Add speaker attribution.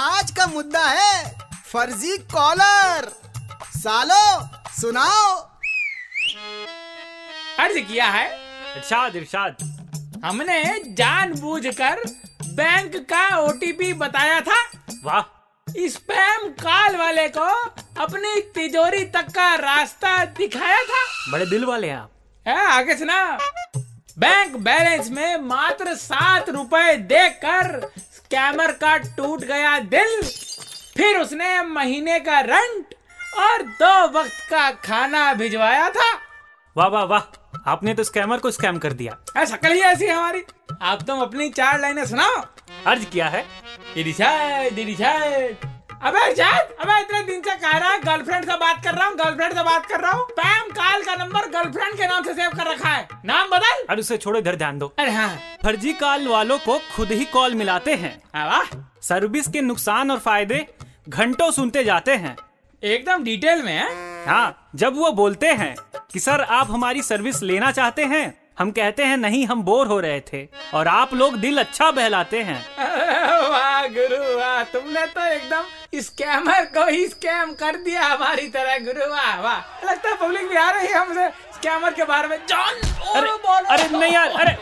Speaker 1: आज का मुद्दा है फर्जी कॉलर सालो सुनाओ
Speaker 2: अर्ज किया है
Speaker 3: इरशाद इरशाद
Speaker 2: हमने जानबूझकर बैंक का ओटीपी बताया था
Speaker 3: वाह
Speaker 2: स्पैम कॉल वाले को अपनी तिजोरी तक का रास्ता दिखाया था
Speaker 3: बड़े दिल वाले हैं आप
Speaker 2: है आगे सुना बैंक बैलेंस में मात्र सात रुपए देकर स्कैमर का टूट गया दिल फिर उसने महीने का रेंट और दो वक्त का खाना भिजवाया था
Speaker 3: वाह वाह वाह आपने तो स्कैमर को स्कैम कर दिया
Speaker 2: है शक्ल ही ऐसी है हमारी आप तुम अपनी चार लाइनें सुनाओ
Speaker 3: अर्ज किया है
Speaker 2: इरिशाद इरिशाद अबे इरशाद अबे इतने दिन से कह रहा है गर्लफ्रेंड से बात कर रहा हूँ गर्लफ्रेंड से बात कर रहा हूँ पैम काल का नंबर गर्लफ्रेंड के नाम से सेव कर रखा है नाम बदल
Speaker 3: अब उसे छोड़ो इधर ध्यान दो
Speaker 2: अरे हाँ
Speaker 3: फर्जी कॉल वालों को खुद ही कॉल मिलाते हैं
Speaker 2: हाँ, वाह
Speaker 3: सर्विस के नुकसान और फायदे घंटों सुनते जाते हैं
Speaker 2: एकदम डिटेल में है
Speaker 3: हाँ जब वो बोलते हैं कि सर आप हमारी सर्विस लेना चाहते हैं हम कहते हैं नहीं हम बोर हो रहे थे और आप लोग दिल अच्छा बहलाते हैं
Speaker 2: अरे वाह गुरु वाह तुमने तो एकदम स्कैमर को ही स्कैम कर दिया हमारी तरह गुरु वाह वाह लगता है पब्लिक भी आ रही है हमसे स्कैमर के बारे में जॉन
Speaker 3: अरे अरे नहीं यार अरे